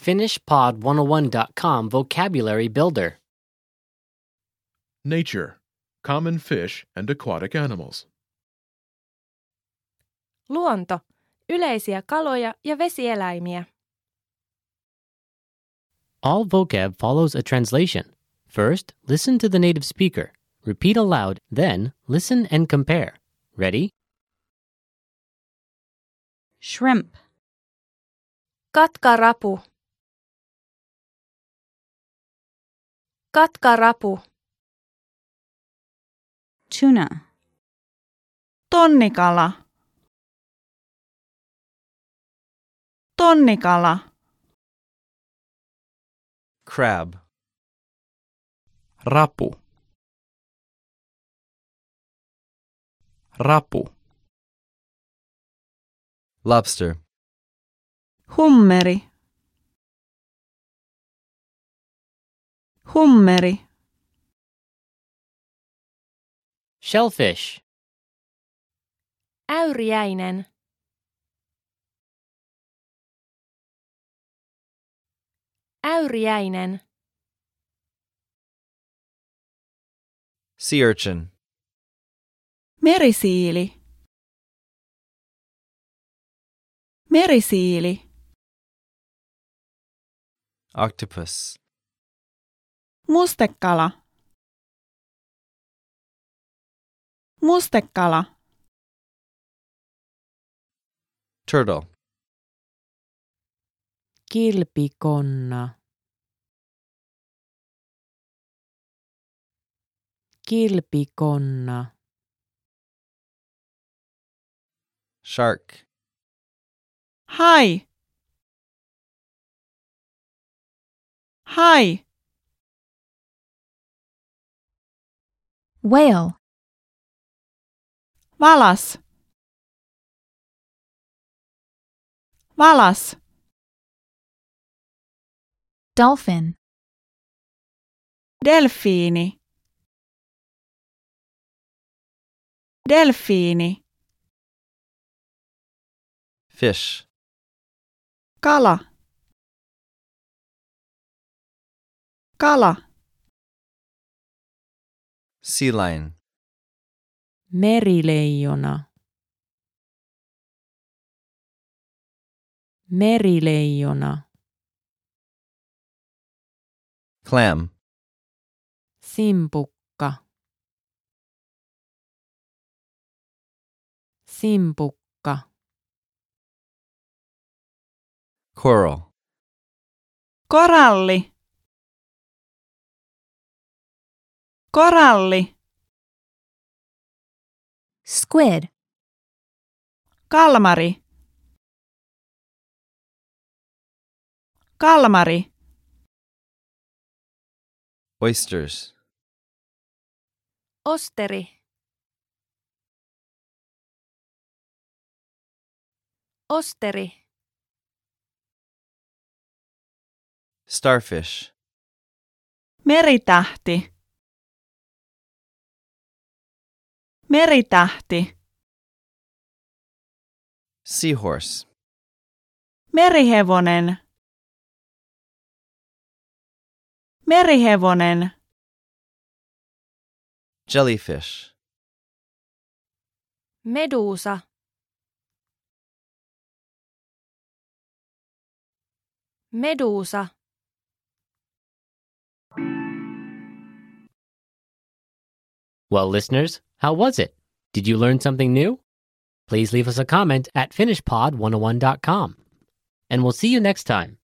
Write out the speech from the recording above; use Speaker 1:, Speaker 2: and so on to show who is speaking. Speaker 1: FinishPod101.com Vocabulary Builder.
Speaker 2: Nature, common fish and aquatic animals.
Speaker 3: Luonto. Yleisiä kaloja ja vesieläimiä.
Speaker 1: All vocab follows a translation. First, listen to the native speaker. Repeat aloud, then, listen and compare. Ready?
Speaker 4: shrimp,
Speaker 3: Katkarapu. Katkarapu.
Speaker 4: tuna. Tonnikala. Tonnikala.
Speaker 5: crab. Rapu. Rapu. Lobster.
Speaker 4: Hummeri. Hummeri.
Speaker 1: Shellfish.
Speaker 3: Äyriäinen. Äyriäinen.
Speaker 5: Sea urchin.
Speaker 4: Merisiili. Merisiili.
Speaker 5: Octopus.
Speaker 4: Mustekala. Mustekala.
Speaker 5: Turtle.
Speaker 6: Kilpikonna. Kilpikonna.
Speaker 5: Shark.
Speaker 4: Hai. Hai.
Speaker 7: Whale.
Speaker 4: Valas. Valas.
Speaker 7: Dolphin.
Speaker 4: Delfiini. Delfiini.
Speaker 5: Fish.
Speaker 4: Kala. Kala.
Speaker 5: Sea lion.
Speaker 6: Merileijona. Merileijona.
Speaker 5: Clam.
Speaker 6: Simpukka. Simpukka.
Speaker 5: Coral.
Speaker 4: Koralli. Koralli.
Speaker 7: Squid.
Speaker 4: Kalmari. Kalmari.
Speaker 5: Oysters.
Speaker 3: Osteri. Osteri.
Speaker 5: Starfish.
Speaker 4: Meritähti. Meritähti.
Speaker 5: Seahorse.
Speaker 4: Merihevonen. Merihevonen.
Speaker 5: Jellyfish.
Speaker 3: Meduusa. Meduusa.
Speaker 1: Well, listeners, how was it? Did you learn something new? oh Please leave us a comment at finishpod101.com. And we'll see you next time.